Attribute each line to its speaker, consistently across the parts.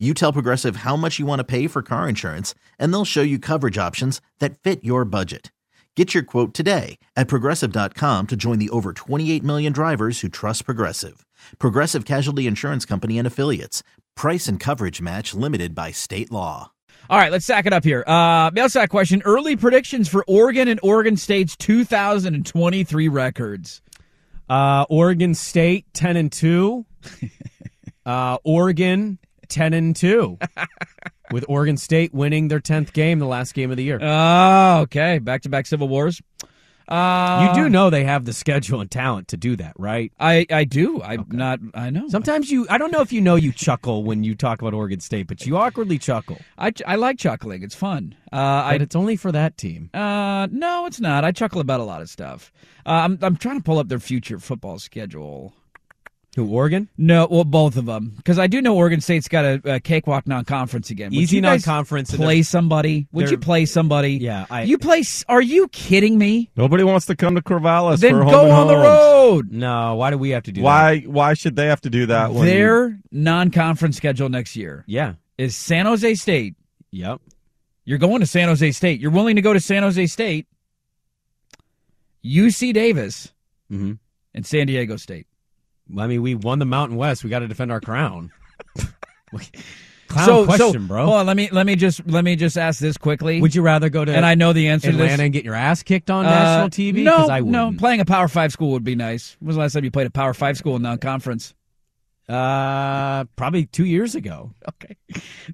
Speaker 1: You tell Progressive how much you want to pay for car insurance, and they'll show you coverage options that fit your budget. Get your quote today at progressive.com to join the over 28 million drivers who trust Progressive. Progressive Casualty Insurance Company and Affiliates. Price and coverage match limited by state law.
Speaker 2: All right, let's sack it up here. Uh, mail sack question: Early predictions for Oregon and Oregon State's 2023 records.
Speaker 3: Uh, Oregon State ten and two. uh, Oregon ten and two, with Oregon State winning their tenth game, the last game of the year.
Speaker 2: Oh, okay. Back to back Civil Wars. Uh,
Speaker 3: you do know they have the schedule and talent to do that, right?
Speaker 2: I I do. I'm not. I know.
Speaker 3: Sometimes you, I don't know if you know you chuckle when you talk about Oregon State, but you awkwardly chuckle.
Speaker 2: I I like chuckling. It's fun. Uh,
Speaker 3: But
Speaker 2: I.
Speaker 3: it's only for that team.
Speaker 2: Uh, no, it's not. I chuckle about a lot of stuff. Uh, I'm I'm trying to pull up their future football schedule.
Speaker 3: Who, Oregon?
Speaker 2: No, well, both of them, because I do know Oregon State's got a, a cakewalk non-conference again. Would
Speaker 3: Easy
Speaker 2: you guys
Speaker 3: non-conference and
Speaker 2: Play
Speaker 3: they're-
Speaker 2: somebody. Would you
Speaker 3: they're-
Speaker 2: play somebody?
Speaker 3: Yeah, I-
Speaker 2: you play. s- Are you kidding me?
Speaker 4: Nobody wants to come to Corvallis
Speaker 2: then
Speaker 4: for home
Speaker 2: go
Speaker 4: and
Speaker 2: on the
Speaker 4: homes.
Speaker 2: road.
Speaker 3: No, why do we have to do that?
Speaker 4: Why? Why should they have to do that? When
Speaker 2: Their non-conference schedule next year
Speaker 3: Yeah.
Speaker 2: is San Jose State.
Speaker 3: Yep.
Speaker 2: You're going to San Jose State. You're willing to go to San Jose State, UC Davis,
Speaker 3: hmm
Speaker 2: and San Diego State.
Speaker 3: I mean, we won the Mountain West. We got to defend our crown. Clown
Speaker 2: so,
Speaker 3: question,
Speaker 2: so,
Speaker 3: bro.
Speaker 2: Hold on, let me let me just let me just ask this quickly.
Speaker 3: Would you rather go to
Speaker 2: and I know the answer to this.
Speaker 3: Atlanta and get your ass kicked on
Speaker 2: Uh,
Speaker 3: national TV? 'Cause
Speaker 2: No,
Speaker 3: I
Speaker 2: no.
Speaker 3: wouldn't.
Speaker 2: Playing a Power Five school would be nice. When was the last time you played a Power Five school in non-conference?
Speaker 3: Uh, probably two years ago.
Speaker 2: Okay.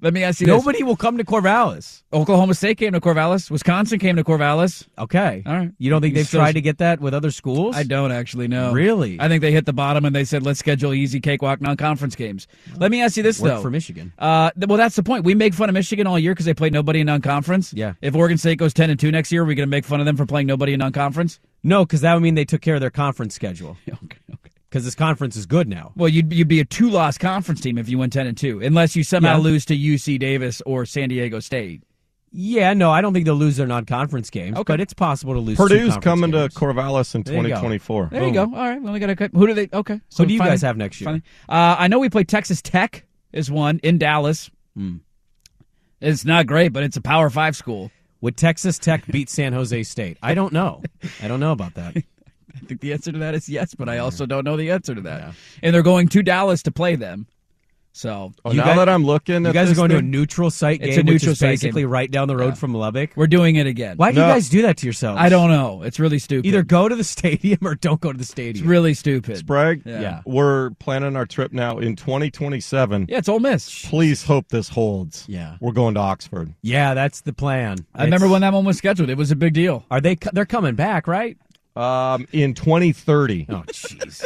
Speaker 2: Let me ask you
Speaker 3: Nobody will come to Corvallis.
Speaker 2: this: Oklahoma State came to Corvallis. Wisconsin came to Corvallis.
Speaker 3: Okay.
Speaker 2: All right.
Speaker 3: You don't think
Speaker 2: You
Speaker 3: they've
Speaker 2: still-
Speaker 3: tried to get that with other schools?
Speaker 2: I don't actually know.
Speaker 3: Really?
Speaker 2: I think they hit the bottom and they said, "Let's schedule easy cakewalk non-conference games." Let me ask you this
Speaker 3: Work
Speaker 2: though:
Speaker 3: for Michigan.
Speaker 2: Uh, th- well, that's the point. We make fun of Michigan all year because they play nobody in non-conference.
Speaker 3: Yeah.
Speaker 2: If Oregon State goes ten and two next year, are we going to make fun of them for playing nobody in non-conference?
Speaker 3: No, because that would mean they took care of their conference schedule.
Speaker 2: okay. Okay.
Speaker 3: Because this conference is good now.
Speaker 2: Well, you'd you'd be a two-loss conference team if you went ten and two, unless you somehow
Speaker 3: Yeah.
Speaker 2: lose to UC Davis or San Diego State.
Speaker 3: Yeah, no, I don't think they'll lose their non-conference games,
Speaker 2: Okay.
Speaker 3: but it's possible to lose. two
Speaker 4: Purdue's
Speaker 3: conference
Speaker 4: coming
Speaker 3: games.
Speaker 4: to Corvallis in
Speaker 3: There you go.
Speaker 4: 2024.
Speaker 2: There you go. All right. Well, we got a cut. Who do they? Okay.
Speaker 3: Who do you guys have next year?
Speaker 2: finally- Uh, I know we play Texas Tech is one in Dallas.
Speaker 3: Hmm.
Speaker 2: It's not great, but it's a Power Five school.
Speaker 3: Would Texas Tech beat San Jose State? I don't know. I don't know about that.
Speaker 2: I think the answer to that is yes, but I also don't know the answer to that. And they're going to Dallas to play them. So
Speaker 4: Oh,
Speaker 3: You
Speaker 4: now
Speaker 3: guys-
Speaker 4: that I'm looking,
Speaker 3: You
Speaker 4: at
Speaker 3: guys are
Speaker 4: this
Speaker 3: going to a
Speaker 4: thing-
Speaker 3: neutral site game,
Speaker 2: It's a
Speaker 3: which
Speaker 2: neutral
Speaker 3: is
Speaker 2: site game.
Speaker 3: basically right down the road from Lubbock.
Speaker 2: we're doing it again.
Speaker 3: Why do
Speaker 4: No.
Speaker 3: you guys do that to yourselves?
Speaker 2: I don't know. It's really stupid.
Speaker 3: Either go to the stadium or don't go to the
Speaker 2: it's
Speaker 3: stadium.
Speaker 2: really stupid.
Speaker 4: Sprague.
Speaker 2: Yeah.
Speaker 3: Yeah.
Speaker 4: We're planning our trip now in 2027.
Speaker 2: yeah, it's Ole Miss.
Speaker 4: Please hope this holds.
Speaker 3: Yeah.
Speaker 4: We're going to Oxford.
Speaker 3: yeah, that's the plan.
Speaker 2: I remember
Speaker 3: It's-
Speaker 2: when that one was scheduled. It was a big deal.
Speaker 3: Are they? co- They're coming back, right?
Speaker 4: Um, in 2030.
Speaker 3: Oh, jeez.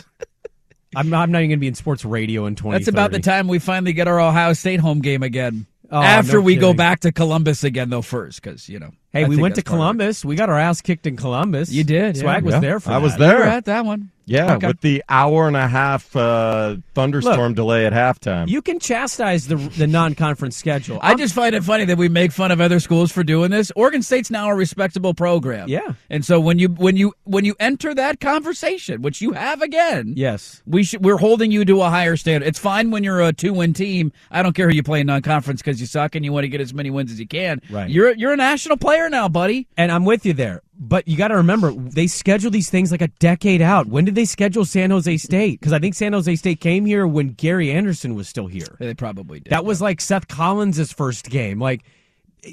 Speaker 3: I'm, I'm not even going to be in sports radio in 2030.
Speaker 2: That's about the time we finally get our Ohio State home game again.
Speaker 3: Oh,
Speaker 2: After
Speaker 3: no
Speaker 2: we go
Speaker 3: kidding.
Speaker 2: back to Columbus again, though, first because you know.
Speaker 3: Hey,
Speaker 2: I
Speaker 3: we
Speaker 2: think
Speaker 3: went to
Speaker 2: that's part of it.
Speaker 3: Columbus. We got our ass kicked in Columbus.
Speaker 2: You did, yeah.
Speaker 3: Swag was
Speaker 4: Yeah.
Speaker 3: there for
Speaker 4: I was
Speaker 3: that.
Speaker 4: there.
Speaker 2: You were at that one.
Speaker 4: Yeah,
Speaker 2: Okay.
Speaker 4: with the hour and a half uh, thunderstorm delay at halftime.
Speaker 3: You can chastise the the non-conference schedule.
Speaker 2: I just find it funny that we make fun of other schools for doing this. Oregon State's now a respectable program.
Speaker 3: Yeah.
Speaker 2: And so when you when you when you enter that conversation, which you have again,
Speaker 3: yes.
Speaker 2: we should we're holding you to a higher standard. It's fine when you're a two win team. I don't care who you play in non conference because you suck and you want to get as many wins as you can.
Speaker 3: Right.
Speaker 2: You're you're a national player now, buddy.
Speaker 3: And I'm with you there. But you got to remember, they schedule these things like a decade out. When did they schedule San Jose State? Because I think San Jose State came here when Gary Anderson was still here.
Speaker 2: They probably did.
Speaker 3: That was like Seth Collins' first game. Like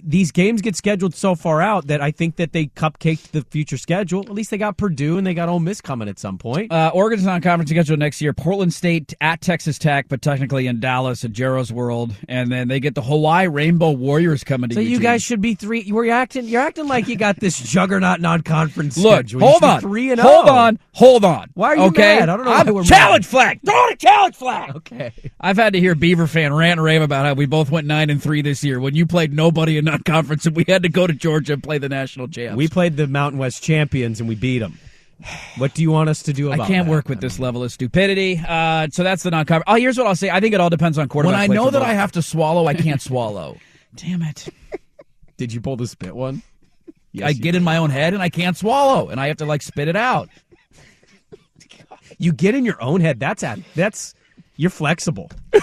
Speaker 3: these games get scheduled so far out that I think that they cupcaked the future schedule. At least they got Purdue and they got Ole Miss coming at some point.
Speaker 2: Uh, Oregon's non-conference schedule next year: Portland State at Texas Tech, but technically in Dallas at Jarrow's World, and then they get the Hawaii Rainbow Warriors coming to
Speaker 3: so you
Speaker 2: Eugene.
Speaker 3: guys should be three. You're acting. You're acting like you got this juggernaut non-conference
Speaker 2: Look,
Speaker 3: schedule. You
Speaker 2: hold
Speaker 3: should be
Speaker 2: on,
Speaker 3: Three and
Speaker 2: hold
Speaker 3: oh.
Speaker 2: on, hold on.
Speaker 3: Why are you
Speaker 2: okay?
Speaker 3: mad? I don't know why
Speaker 2: I'm
Speaker 3: we're mad.
Speaker 2: challenge flag. Throw the challenge flag.
Speaker 3: Okay.
Speaker 2: I've had to hear Beaver fan rant and rave about how we both went nine and three this year when you played nobody in a non-conference, and we had to go to Georgia and play the national champs.
Speaker 3: We played the Mountain West champions and we beat them. What do you want us to do
Speaker 2: I
Speaker 3: about
Speaker 2: can't
Speaker 3: that?
Speaker 2: work with this level of stupidity. Uh, so that's the non-conference. Oh, here's what I'll say. I think it all depends on quarterback.
Speaker 5: When I
Speaker 2: play
Speaker 5: know
Speaker 2: for
Speaker 5: that
Speaker 2: both.
Speaker 5: I have to swallow, I can't swallow.
Speaker 2: damn it,
Speaker 3: Did you pull the spit one? Yes,
Speaker 2: I
Speaker 3: you
Speaker 2: get in my own head and I can't swallow, and I have to like spit it out.
Speaker 3: You get in your own head. That's at that's you're flexible.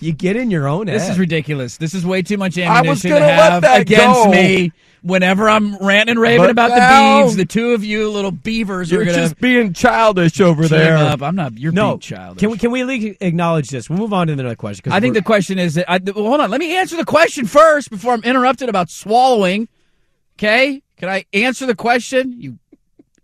Speaker 3: you get in your own head.
Speaker 2: This is ridiculous. This is way too much
Speaker 5: I was
Speaker 2: ammunition to
Speaker 5: gonna let
Speaker 2: have
Speaker 5: that
Speaker 2: against
Speaker 5: go.
Speaker 2: me. Whenever I'm ranting and raving
Speaker 3: But
Speaker 2: about
Speaker 5: now-
Speaker 2: the beeves, the two of you little beavers are gonna
Speaker 3: being childish over
Speaker 2: team up. I'm not. You're
Speaker 3: No,
Speaker 2: being childish.
Speaker 3: can we can we at least acknowledge this? We'll move on to another question. 'cause
Speaker 2: I think
Speaker 3: we're-
Speaker 2: the question is that. I, well, hold on. Let me answer the question first before I'm interrupted about swallowing. Okay? Can I answer the question? You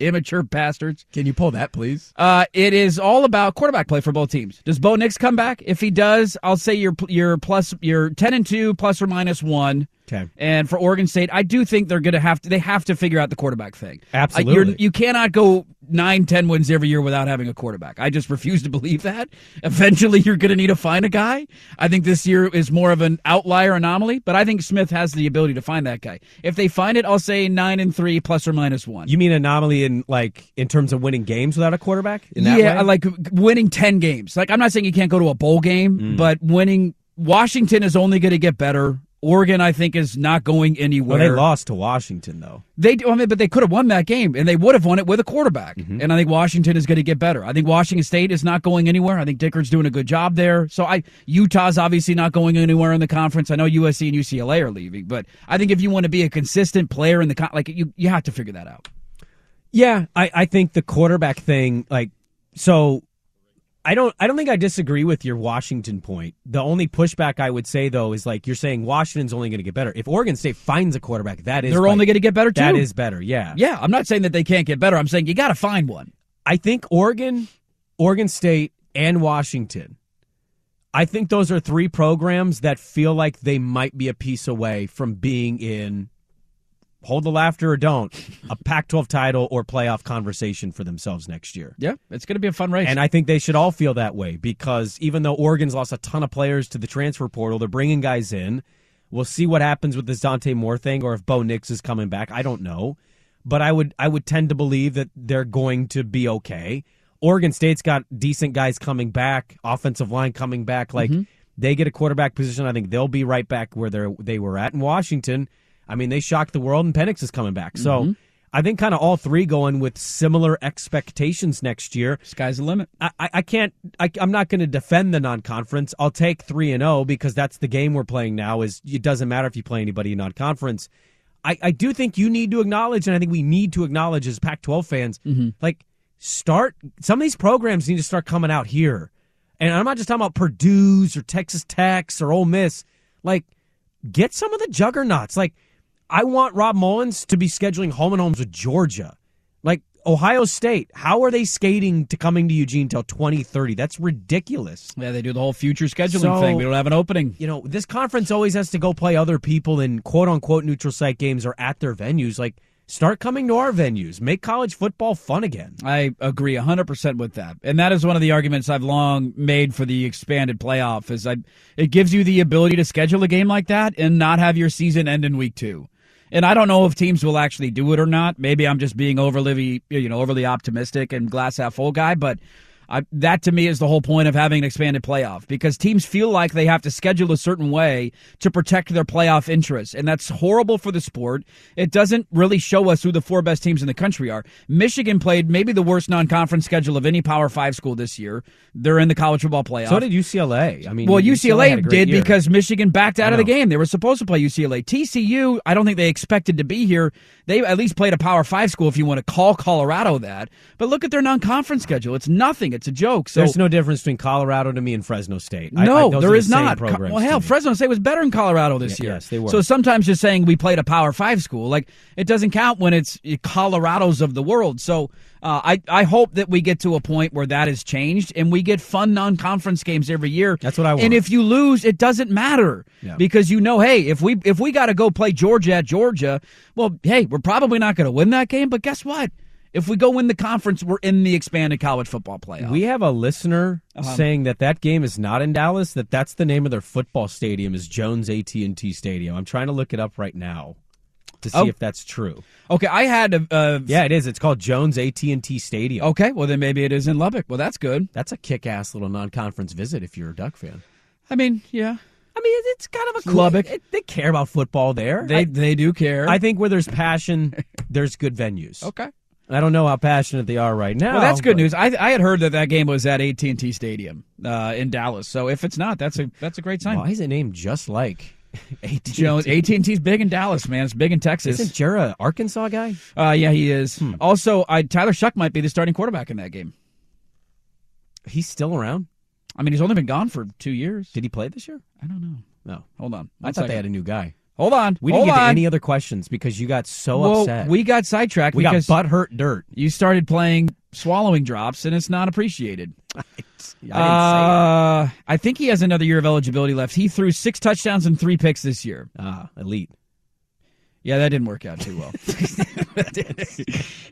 Speaker 2: immature bastards.
Speaker 5: Can you pull that, please?
Speaker 2: Uh, it is all about quarterback play for both teams. Does Bo Nix come back? If he does, I'll say you're you're plus you're ten and two plus or minus one.
Speaker 3: Okay.
Speaker 2: And for Oregon State, I do think they're going to have to they have to figure out the quarterback thing.
Speaker 3: Absolutely.
Speaker 2: Uh, you're- you cannot go nine, ten wins every year without having a quarterback. I just refuse to believe that. Eventually, you're going to need to find a guy. I think this year is more of an outlier anomaly, but I think Smith has the ability to find that guy. If they find it, I'll say nine and three plus or minus one.
Speaker 3: you mean anomaly in like in terms of winning games without a quarterback? In that
Speaker 2: yeah,
Speaker 3: way?
Speaker 2: I like winning 10 games. Like, I'm not saying you can't go to a bowl game,
Speaker 3: Mm.
Speaker 2: but winning Washington is only going to get better. Oregon, I think, is not going
Speaker 3: Well,
Speaker 2: anywhere.
Speaker 3: they lost to Washington though.
Speaker 2: They do, I mean, but they could have won that game, and they would have won it with a quarterback.
Speaker 3: Mm-hmm.
Speaker 2: And I think Washington is going to get better. I think Washington State is not going anywhere. I think Dickard's doing a good job there. So I Utah's obviously not going anywhere in the conference. I know USC and UCLA are leaving, but I think if you want to be a consistent player in the con- like you you have to figure that out.
Speaker 3: Yeah, I, I think the quarterback thing, like, so I don't I don't think I disagree with your Washington point. The only pushback I would say though is like you're saying Washington's only going to get better. If Oregon State finds a quarterback, that is
Speaker 2: They're only
Speaker 3: like,
Speaker 2: going to get better too.
Speaker 3: that is better. Yeah,
Speaker 2: yeah. I'm not saying that they can't get better. I'm saying you got to find one.
Speaker 3: I think Oregon, Oregon State, and Washington. I think those are three programs that feel like they might be a piece away from being in hold the laughter or don't a Pac-12 title or playoff conversation for themselves next year.
Speaker 2: Yeah, it's going to be a fun race.
Speaker 3: And I think they should all feel that way because even though Oregon's lost a ton of players to the transfer portal, they're bringing guys in. We'll see what happens with this Dante Moore thing or if Bo Nix is coming back. I don't know. But I would I would tend to believe that they're going to be okay. Oregon State's got decent guys coming back, offensive line coming back. Like they get a quarterback position, I think they'll be right back where they they were at in Washington. I mean, they shocked the world and Penix is coming back. So I think kind of all three going with similar expectations next year.
Speaker 2: Sky's the limit.
Speaker 3: I, I I can't. I, I'm not going to defend the non-conference. I'll take three and zero because that's the game we're playing now. Is it doesn't matter if you play anybody in non-conference. I, I do think you need to acknowledge, and I think we need to acknowledge as Pac-12 fans, like start some of these programs need to start coming out here, and I'm not just talking about Purdue's or Texas Tech's or Ole Miss. Like, get some of the juggernauts. Like, I want Rob Mullins to be scheduling home and homes with Georgia. Like Ohio State, how are they skating to coming to Eugene till 2030? That's ridiculous.
Speaker 2: Yeah, they do the whole future scheduling
Speaker 3: So-
Speaker 2: thing. We don't have an opening.
Speaker 3: You know, this conference always has to go play other people in quote unquote neutral site games or at their venues. Like, start coming to our venues. Make college football fun again.
Speaker 2: I agree 100% with that. And that is one of the arguments I've long made for the expanded playoff is I it gives you the ability to schedule a game like that and not have your season end in week 2. And I don't know if teams will actually do it or not. Maybe I'm just being overly you know overly optimistic and glass half full guy, but I, that to me is the whole point of having an expanded playoff because teams feel like they have to schedule a certain way to protect their playoff interests. And that's horrible for the sport. It doesn't really show us who the four best teams in the country are. Michigan played maybe the worst non conference schedule of any Power Five school this year. They're in the college football playoff.
Speaker 3: So did UCLA. I mean,
Speaker 2: Well,
Speaker 3: UCLA,
Speaker 2: UCLA
Speaker 3: had a great
Speaker 2: did
Speaker 3: year.
Speaker 2: because Michigan backed out of the
Speaker 3: know.
Speaker 2: game. They were supposed to play UCLA. TCU, I don't think they expected to be here. They at least played a Power Five school, if you want to call Colorado that. But look at their non-conference schedule; it's nothing. It's a joke. So
Speaker 3: there's no difference between Colorado to me and Fresno State. I- I-
Speaker 2: no,
Speaker 3: those
Speaker 2: there
Speaker 3: are the
Speaker 2: is
Speaker 3: same
Speaker 2: not. Co-
Speaker 3: Programs
Speaker 2: Well,
Speaker 3: to
Speaker 2: hell,
Speaker 3: me.
Speaker 2: Fresno State was better in Colorado this
Speaker 3: Yeah,
Speaker 2: year.
Speaker 3: yes, they were.
Speaker 2: So sometimes just saying we played a Power Five school, like it doesn't count when it's Colorado's of the world. So uh, I I hope that we get to a point where that is changed and we get fun non-conference games every year.
Speaker 3: That's what I want.
Speaker 2: And if you lose, it doesn't matter
Speaker 3: Yeah.
Speaker 2: because you know, hey, if we if we got to go play Georgia at Georgia, well, hey, we're probably not going to win that game, but guess what? If we go win the conference, we're in the expanded college football playoff.
Speaker 3: We have a listener
Speaker 2: Uh-huh.
Speaker 3: saying that that game is not in Dallas. That that's the name of their football stadium is Jones AT and T Stadium. I'm trying to look it up right now to see
Speaker 2: Oh.
Speaker 3: if that's true.
Speaker 2: okay, I had a, a
Speaker 3: Yeah, it is. It's called Jones AT and T Stadium.
Speaker 2: Okay, well then maybe it is in Lubbock. Well, that's good.
Speaker 3: That's a kick-ass little non-conference visit if you're a Duck fan.
Speaker 2: I mean, yeah,
Speaker 3: I mean, it's kind of a
Speaker 2: cool- Lubbock.
Speaker 3: it- they care about football there.
Speaker 2: they
Speaker 3: I,
Speaker 2: they do care.
Speaker 3: I think where there's passion, there's good venues.
Speaker 2: okay.
Speaker 3: I don't know how passionate they are right now.
Speaker 2: Well, that's good
Speaker 3: Oh, but-
Speaker 2: news. I I had heard that that game was at AT and T Stadium uh, in Dallas. So if it's not, that's a that's a great sign.
Speaker 3: Why is it named just like AT?
Speaker 2: Jones, AT and T's big in Dallas, man. It's big in Texas.
Speaker 3: Isn't Hmm. Jera Arkansas guy?
Speaker 2: Uh, yeah, he is. Also, I, Tyler Shuck might be the starting quarterback in that game.
Speaker 3: He's still around.
Speaker 2: I mean, he's only been gone for two years.
Speaker 3: Did he play this year?
Speaker 2: I don't know.
Speaker 3: No.
Speaker 2: Hold on.
Speaker 3: I
Speaker 2: One
Speaker 3: thought they had
Speaker 2: second.
Speaker 3: a new guy.
Speaker 2: Hold on.
Speaker 3: We
Speaker 2: Hold
Speaker 3: didn't get
Speaker 2: on.
Speaker 3: to any other questions because you got so
Speaker 2: Well,
Speaker 3: upset.
Speaker 2: we got sidetracked
Speaker 3: we got
Speaker 2: because
Speaker 3: butt hurt dirt.
Speaker 2: you started playing swallowing drops, and it's not appreciated.
Speaker 3: I didn't
Speaker 2: uh, I think he has another year of eligibility left. He threw six touchdowns and three picks this year.
Speaker 3: say it. Ah, elite.
Speaker 2: Yeah, that didn't work out too well.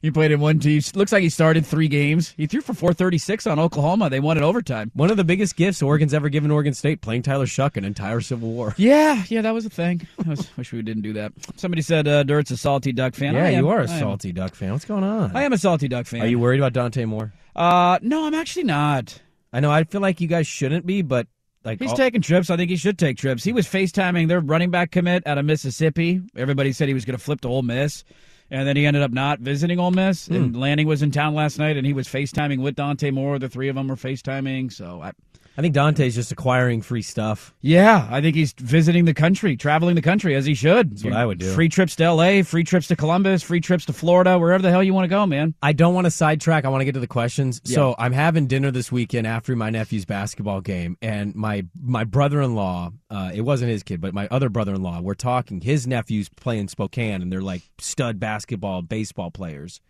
Speaker 2: he played in one team. Looks like he started three games. He threw for 436 on Oklahoma. They won in overtime.
Speaker 3: One of the biggest gifts Oregon's ever given Oregon State, playing Tyler Shuck an entire Civil War.
Speaker 2: Yeah, yeah, that was a thing. I was, wish we didn't do that. Somebody said uh, Dirt's a salty duck fan.
Speaker 3: yeah,
Speaker 2: I am.
Speaker 3: you are a
Speaker 2: I am.
Speaker 3: salty duck fan. What's going on?
Speaker 2: I am a salty duck fan.
Speaker 3: Are you worried about Dante Moore?
Speaker 2: Uh, no, I'm actually not.
Speaker 3: I know. I feel like you guys shouldn't be, but like
Speaker 2: He's
Speaker 3: all-
Speaker 2: taking trips. I think he should take trips. He was FaceTiming their running back commit out of Mississippi. Everybody said he was going to flip to Ole Miss, and then he ended up not visiting Ole Miss.
Speaker 3: Hmm.
Speaker 2: And Lanning was in town last night, and he was FaceTiming with Dante Moore. The three of them were FaceTiming. So, I,
Speaker 3: I think Dante's just acquiring free stuff.
Speaker 2: yeah, I think he's visiting the country, traveling the country as he should. That's
Speaker 3: what I would do.
Speaker 2: Free trips to L.A., free trips to Columbus, free trips to Florida, wherever the hell you want to go, man.
Speaker 3: I don't want to sidetrack. I want to get to the questions. So I'm having dinner this weekend after my nephew's basketball game, and my my brother-in-law, uh, it wasn't his kid, but my other brother-in-law, we're talking. His nephews playing Spokane, and they're like stud basketball, baseball players.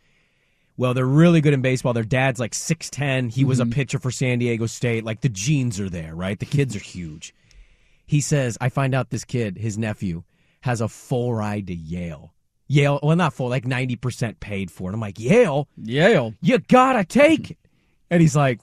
Speaker 3: Well, they're really good in baseball. Their dad's like six ten. He was a pitcher for San Diego State. Like the genes are there, right? The kids are huge. He says, I find out this kid, his nephew, has a full ride to Yale. Yale, well, not full, like 90% paid for it. I'm like, Yale?
Speaker 2: Yale.
Speaker 3: you gotta take it. And he's like,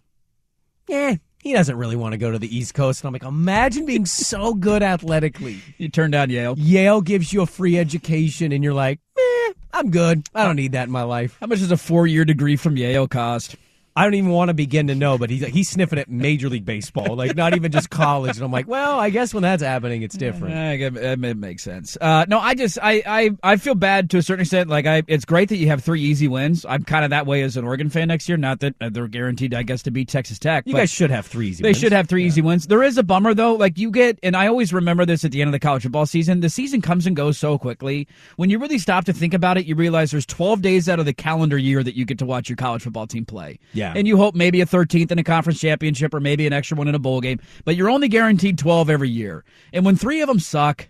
Speaker 3: eh, he doesn't really want to go to the East Coast. And I'm like, imagine being so good athletically.
Speaker 2: You turned down Yale.
Speaker 3: Yale gives you a free education, and you're like, eh, I'm good. I don't need that in my life.
Speaker 2: How much does a four-year degree from Yale cost?
Speaker 3: I don't even want to begin to know, but he's he's sniffing at Major League Baseball, like not even just college. And I'm like, well, I guess when that's happening, it's different.
Speaker 2: Eh, I guess It it makes sense. Uh, no, I just I, I I feel bad to a certain extent. Like I, it's great that you have three easy wins. I'm kind of that way as an Oregon fan next year. Not that uh, they're guaranteed, I guess, to beat Texas Tech.
Speaker 3: You
Speaker 2: but
Speaker 3: guys should have three easy
Speaker 2: they
Speaker 3: wins.
Speaker 2: should have three easy wins. There is a bummer though. Like you get, and I always remember this at the end of the college football season. The season comes and goes so quickly. When you really stop to think about it, you realize there's 12 days out of the calendar year that you get to watch your college football team play.
Speaker 3: Yeah.
Speaker 2: and you hope maybe a 13th in a conference championship or maybe an extra one in a bowl game. But you're only guaranteed 12 every year. And when three of them suck.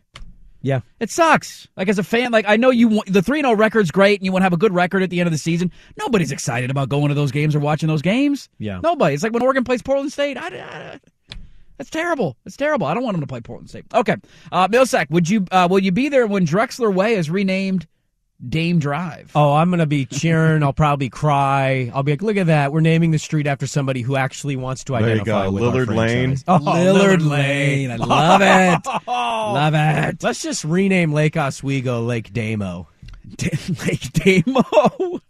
Speaker 3: Yeah.
Speaker 2: It sucks. Like as a fan, like I know you want the three and zero record's great, and you want to have a good record at the end of the season. Nobody's excited about going to those games or watching those games.
Speaker 3: Yeah.
Speaker 2: nobody. It's like when Oregon plays Portland State. I, I- that's terrible. It's terrible. I don't want them to play Portland State. Okay, uh, Millsack, would you uh, will you be there when Drexler Way is renamed Dame Drive?
Speaker 3: Oh, I'm gonna be cheering. I'll probably cry. I'll be like, look at that. We're naming the street after somebody who actually wants to
Speaker 4: you
Speaker 3: identify
Speaker 4: go,
Speaker 3: with our
Speaker 4: Lillard Lane.
Speaker 3: franchise. Oh,
Speaker 2: Lillard Lane. I love it. love it.
Speaker 3: Let's just rename Lake Oswego Lake Damo.
Speaker 2: Lake Damo.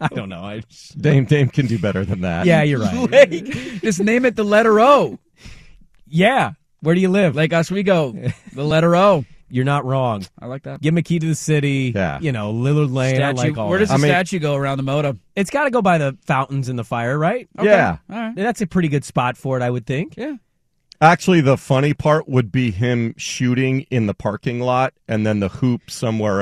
Speaker 3: I don't know. I just,
Speaker 4: Dame Dame can do better than that.
Speaker 3: yeah, you're right.
Speaker 2: Lake. Just name it the letter O.
Speaker 3: Yeah. Where do you live?
Speaker 2: Lake Oswego. The letter O.
Speaker 3: You're not wrong.
Speaker 2: I like that.
Speaker 3: Give him a key to the city.
Speaker 4: Yeah.
Speaker 3: You know, Lillard Lane. I
Speaker 2: Statue.
Speaker 3: like all
Speaker 2: Where does
Speaker 3: that. Um,
Speaker 2: the
Speaker 4: I mean-
Speaker 2: statue go around the modem?
Speaker 3: It's got to go by the fountains and the fire, right?
Speaker 2: Oh.
Speaker 4: Yeah.
Speaker 2: All right.
Speaker 3: That's a pretty good spot for it, I would think.
Speaker 2: Yeah.
Speaker 4: Actually, the funny part would be him shooting in the parking lot and then the hoop somewhere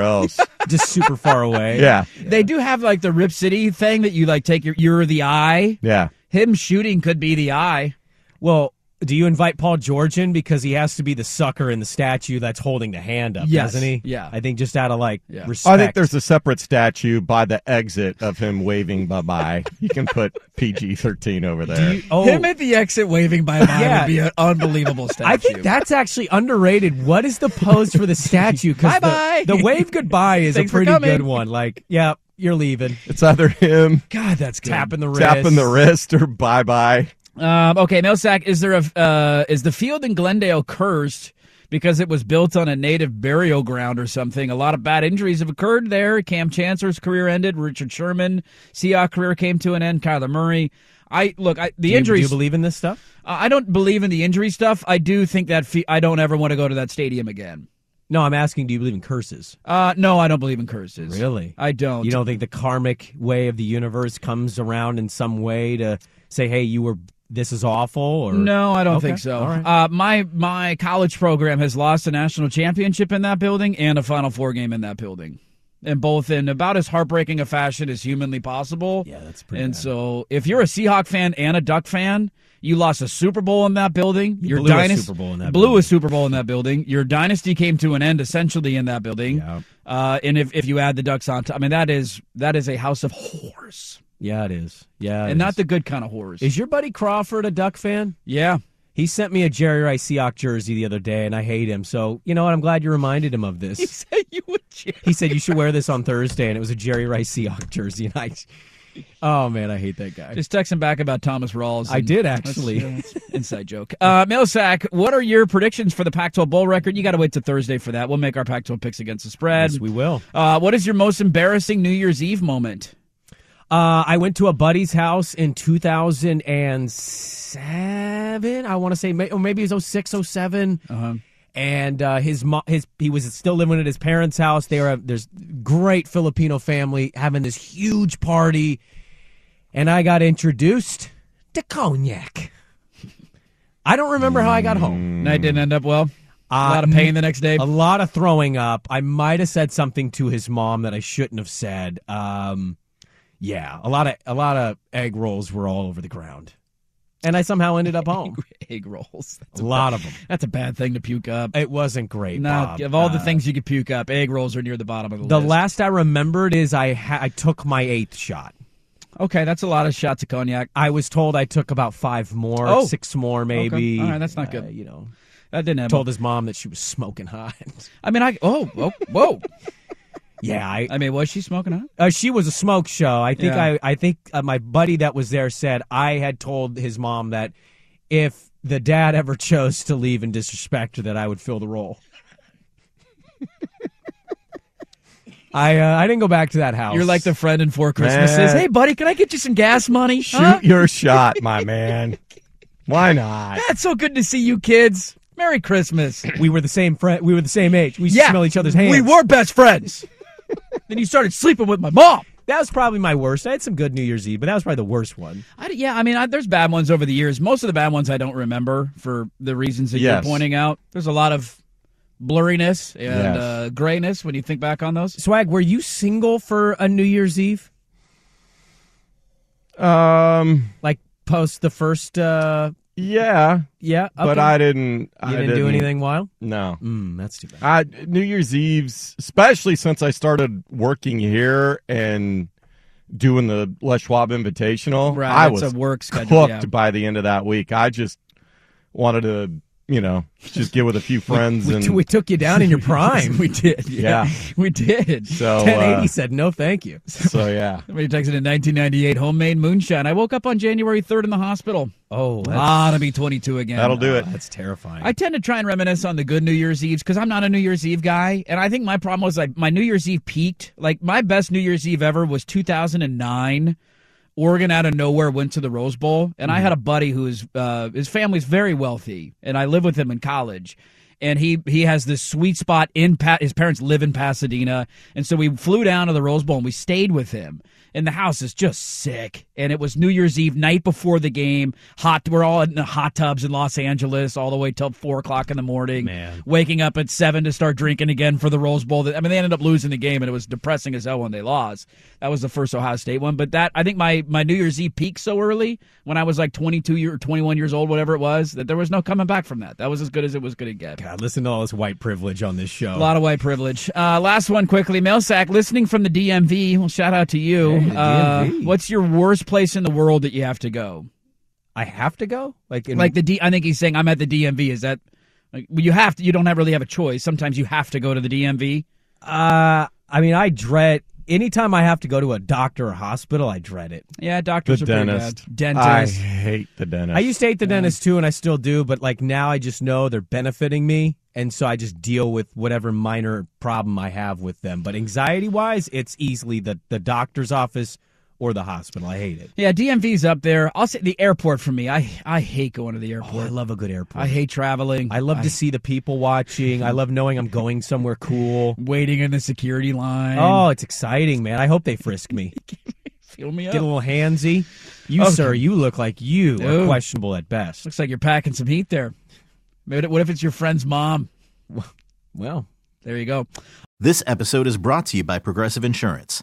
Speaker 4: else.
Speaker 3: Just super far away.
Speaker 4: yeah.
Speaker 2: They do have like the Rip City thing that you like take your you're the eye.
Speaker 4: Yeah.
Speaker 2: Him shooting could be the eye.
Speaker 3: Well, do you invite Paul George in because he has to be the sucker in the statue that's holding the hand up,
Speaker 2: Yes.
Speaker 3: doesn't he?
Speaker 2: Yeah.
Speaker 3: I think just out of like
Speaker 2: Yeah.
Speaker 3: respect.
Speaker 4: I think there's a separate statue by the exit of him waving bye bye. you can put PG 13 over there.
Speaker 3: You- oh,
Speaker 2: Him at the exit waving bye bye
Speaker 3: Yeah.
Speaker 2: would be an unbelievable statue.
Speaker 3: I think that's actually underrated. What is the pose for the statue? Because
Speaker 2: Bye-bye.
Speaker 3: the, the wave goodbye is a
Speaker 2: Thanks for
Speaker 3: pretty
Speaker 2: coming.
Speaker 3: good one. Like, yeah, You're leaving.
Speaker 4: It's either him
Speaker 2: God, that's good.
Speaker 3: Tapping the wrist.
Speaker 4: tapping the wrist or bye bye.
Speaker 2: Um, okay, Millsack, is there a uh, is the field in Glendale cursed because it was built on a native burial ground or something? A lot of bad injuries have occurred there. Cam Chancellor's career ended. Richard Sherman, Seahawk career came to an end. Kyler Murray. I look. I, the
Speaker 3: Do you- Do
Speaker 2: injuries.
Speaker 3: you believe in this stuff?
Speaker 2: I don't believe in the injury stuff. I do think that fe- I don't ever want to go to that stadium again.
Speaker 3: No, I'm asking. Do you believe in curses?
Speaker 2: Uh, no, I don't believe in curses.
Speaker 3: Really?
Speaker 2: I don't.
Speaker 3: You don't think the karmic way of the universe comes around in some way to say, "Hey, you were this is awful"? Or
Speaker 2: No, I don't
Speaker 3: Okay,
Speaker 2: think so.
Speaker 3: all right.
Speaker 2: Uh, my my college program has lost a national championship in that building and a Final Four game in that building, and both in about as heartbreaking a fashion as humanly possible.
Speaker 3: Yeah, that's pretty.
Speaker 2: And
Speaker 3: bad.
Speaker 2: so, if you're a Seahawk fan and a Duck fan, you lost a Super Bowl in that building.
Speaker 3: You
Speaker 2: Your
Speaker 3: blew a
Speaker 2: dynasty
Speaker 3: Super Bowl in that
Speaker 2: blew a
Speaker 3: building.
Speaker 2: Super Bowl in that building. Your dynasty came to an end essentially in that building.
Speaker 3: Yeah.
Speaker 2: Uh, and if, if you add the Ducks on top, I mean that is that is a house of horrors,
Speaker 3: yeah, it is. Yeah, it
Speaker 2: and not
Speaker 3: is.
Speaker 2: the good kind of horrors.
Speaker 3: Is your buddy Crawford a Duck fan?
Speaker 2: yeah.
Speaker 3: He sent me a Jerry Rice Seahawk jersey the other day, and I hate him. So you know what? I'm glad you reminded him of this.
Speaker 2: you would. cheer.
Speaker 3: He said you should wear this on Thursday, and it was a Jerry Rice Seahawk jersey. And I, oh man, I hate that guy.
Speaker 2: Just text him back about Thomas Rawls.
Speaker 3: I
Speaker 2: and-
Speaker 3: did
Speaker 2: that's-
Speaker 3: actually.
Speaker 2: yeah, that's an inside joke. Uh, Millsack, what are your predictions for the Pac-12 bowl record? You got to wait to Thursday for that. We'll make our Pac-12 picks against the spread.
Speaker 3: Yes, we will.
Speaker 2: Uh, what is your most embarrassing New Year's Eve moment?
Speaker 3: Uh, I went to a buddy's house in 2007. I want to say, may- or maybe it was 06, 07.
Speaker 2: Uh-huh.
Speaker 3: And uh, his mo- his he was still living at his parents' house. They were a, there's great Filipino family having this huge party, and I got introduced to cognac. I don't remember how I got home.
Speaker 2: Night didn't end up well. a lot of
Speaker 3: Uh,
Speaker 2: pain the next day.
Speaker 3: a lot of throwing up. I might have said something to his mom that I shouldn't have said. Um, yeah, a lot of a lot of egg rolls were all over the ground, and I somehow ended up home.
Speaker 2: Egg rolls. That's
Speaker 3: a lot of them.
Speaker 2: That's a bad thing to puke up.
Speaker 3: It wasn't great.
Speaker 2: Not
Speaker 3: Bob.
Speaker 2: of all the
Speaker 3: Uh,
Speaker 2: things you could puke up, egg rolls are near the bottom of the,
Speaker 3: the
Speaker 2: list.
Speaker 3: last I remembered is I ha- I took my eighth shot.
Speaker 2: okay, that's a lot of shots of cognac.
Speaker 3: I was told I took about five more,
Speaker 2: Oh.
Speaker 3: six more, maybe.
Speaker 2: All right, that's not good.
Speaker 3: Uh, you know,
Speaker 2: That didn't happen.
Speaker 3: told his mom that she was smoking hot.
Speaker 2: I mean, I oh, oh whoa.
Speaker 3: yeah, I,
Speaker 2: I mean, was she smoking hot?
Speaker 3: Uh, she was a smoke show. I think
Speaker 2: Yeah.
Speaker 3: I, I think uh, my buddy that was there said I had told his mom that if the dad ever chose to leave and disrespect her, that I would fill the role. I uh, I didn't go back to that house. Uh,
Speaker 2: You're like the friend in Four Christmases.
Speaker 4: Man.
Speaker 2: Hey, buddy, can I get you some gas money?
Speaker 4: Shoot
Speaker 2: Huh?
Speaker 4: your shot, my man. Why not?
Speaker 2: That's so good to see you kids. Merry Christmas.
Speaker 3: we were the same friend. We were the same age. We used to
Speaker 2: Yeah,
Speaker 3: smell each other's hands.
Speaker 2: We were best friends. then you started sleeping with my mom.
Speaker 3: That was probably my worst. I had some good New Year's Eve, but that was probably the worst one.
Speaker 2: I, yeah, I mean, I, there's bad ones over the years. Most of the bad ones I don't remember for the reasons that
Speaker 4: Yes.
Speaker 2: you're pointing out. There's a lot of blurriness and
Speaker 4: Yes.
Speaker 2: uh, grayness when you think back on those.
Speaker 3: Swag, were you single for a New Year's Eve?
Speaker 4: Um,
Speaker 3: Like post the first? uh
Speaker 4: yeah,
Speaker 3: Yeah,
Speaker 4: but
Speaker 3: okay.
Speaker 4: I didn't. I
Speaker 3: You didn't, do anything wild.
Speaker 4: No.
Speaker 3: Mm, that's too bad.
Speaker 4: I, New Year's Eve's, especially since I started working here and doing the Les Schwab Invitational,
Speaker 2: Right,
Speaker 4: I
Speaker 2: that's
Speaker 4: was
Speaker 2: a work
Speaker 4: cooked
Speaker 2: schedule. yeah.
Speaker 4: by the end of that week. I just wanted to, you know, just get with a few friends
Speaker 3: We,
Speaker 4: and
Speaker 3: we took you down in your prime. we did.
Speaker 4: yeah.
Speaker 2: We did.
Speaker 4: So,
Speaker 3: 1080
Speaker 4: uh,
Speaker 3: said no, thank you.
Speaker 4: so yeah,
Speaker 2: Somebody texted in 1998 homemade moonshine. I woke up on January 3rd in the hospital.
Speaker 3: Oh,
Speaker 2: Ah, to be 22 again.
Speaker 4: that'll do it.
Speaker 3: that's terrifying.
Speaker 2: I
Speaker 3: I,
Speaker 2: tend to try and reminisce on the good New Year's Eves because I'm not a New Year's Eve guy, and I think my problem was like my New Year's Eve peaked. Like my best New Year's Eve ever was 2009. Oregon out of nowhere went to the Rose Bowl, and I had a buddy who's uh, his family's very wealthy, and I live with him in college. And he he has this sweet spot in Pat. His parents live in Pasadena, and so we flew down to the Rose Bowl and we stayed with him. And the house is just sick. And it was New Year's Eve night before the game. Hot. We're all in the hot tubs in Los Angeles all the way till four o'clock in the morning.
Speaker 3: Man.
Speaker 2: Waking up at seven to start drinking again for the Rose Bowl. I mean, they ended up losing the game, and it was depressing as hell when they lost. That was the first Ohio State one. But that I think my my New Year's Eve peaked so early when I was like twenty two year, twenty one years old, whatever it was, that there was no coming back from that. That was as good as it was going to get.
Speaker 3: God, listen to all this white privilege on this show.
Speaker 2: A lot of white privilege. Uh, last one quickly. Mailsack, listening from the DMV. Well, shout out to you.
Speaker 3: Hey, the
Speaker 2: Uh,
Speaker 3: DMV.
Speaker 2: what's your worst place in the world that you have to go?
Speaker 3: I have to go. Like, in,
Speaker 2: Like the D. I think he's saying I'm at the DMV. Is that like well, you have to? You don't have really have a choice. Sometimes you have to go to the DMV.
Speaker 3: uh, I mean, I dread. anytime I have to go to a doctor or hospital, I dread it.
Speaker 2: Yeah,
Speaker 4: The
Speaker 2: doctors are pretty
Speaker 4: dentist.
Speaker 2: bad.
Speaker 4: I
Speaker 2: Dentist.
Speaker 4: hate the dentist.
Speaker 3: I used to hate the dentist too, and I still do, but like now I just know they're benefiting me, and so I just deal with whatever minor problem I have with them. But anxiety wise, it's easily the, the doctor's office or the hospital. I hate it.
Speaker 2: yeah, DMV's up there. I'll say the airport for me. I I hate going to the
Speaker 3: Oh, I
Speaker 2: airport.
Speaker 3: love a good airport.
Speaker 2: I hate traveling.
Speaker 3: I love to see the people watching. I love knowing I'm going somewhere cool.
Speaker 2: waiting in the security line.
Speaker 3: Oh, it's exciting, man. I hope they frisk me.
Speaker 2: feel me up.
Speaker 3: Get a little handsy. You,
Speaker 2: Okay. Oh.
Speaker 3: sir, you look like you are
Speaker 2: Dude.
Speaker 3: questionable at best.
Speaker 2: Looks like you're packing some heat there. Maybe- What if it's your friend's mom?
Speaker 3: Well,
Speaker 2: There you go.
Speaker 1: This episode is brought to you by Progressive Insurance.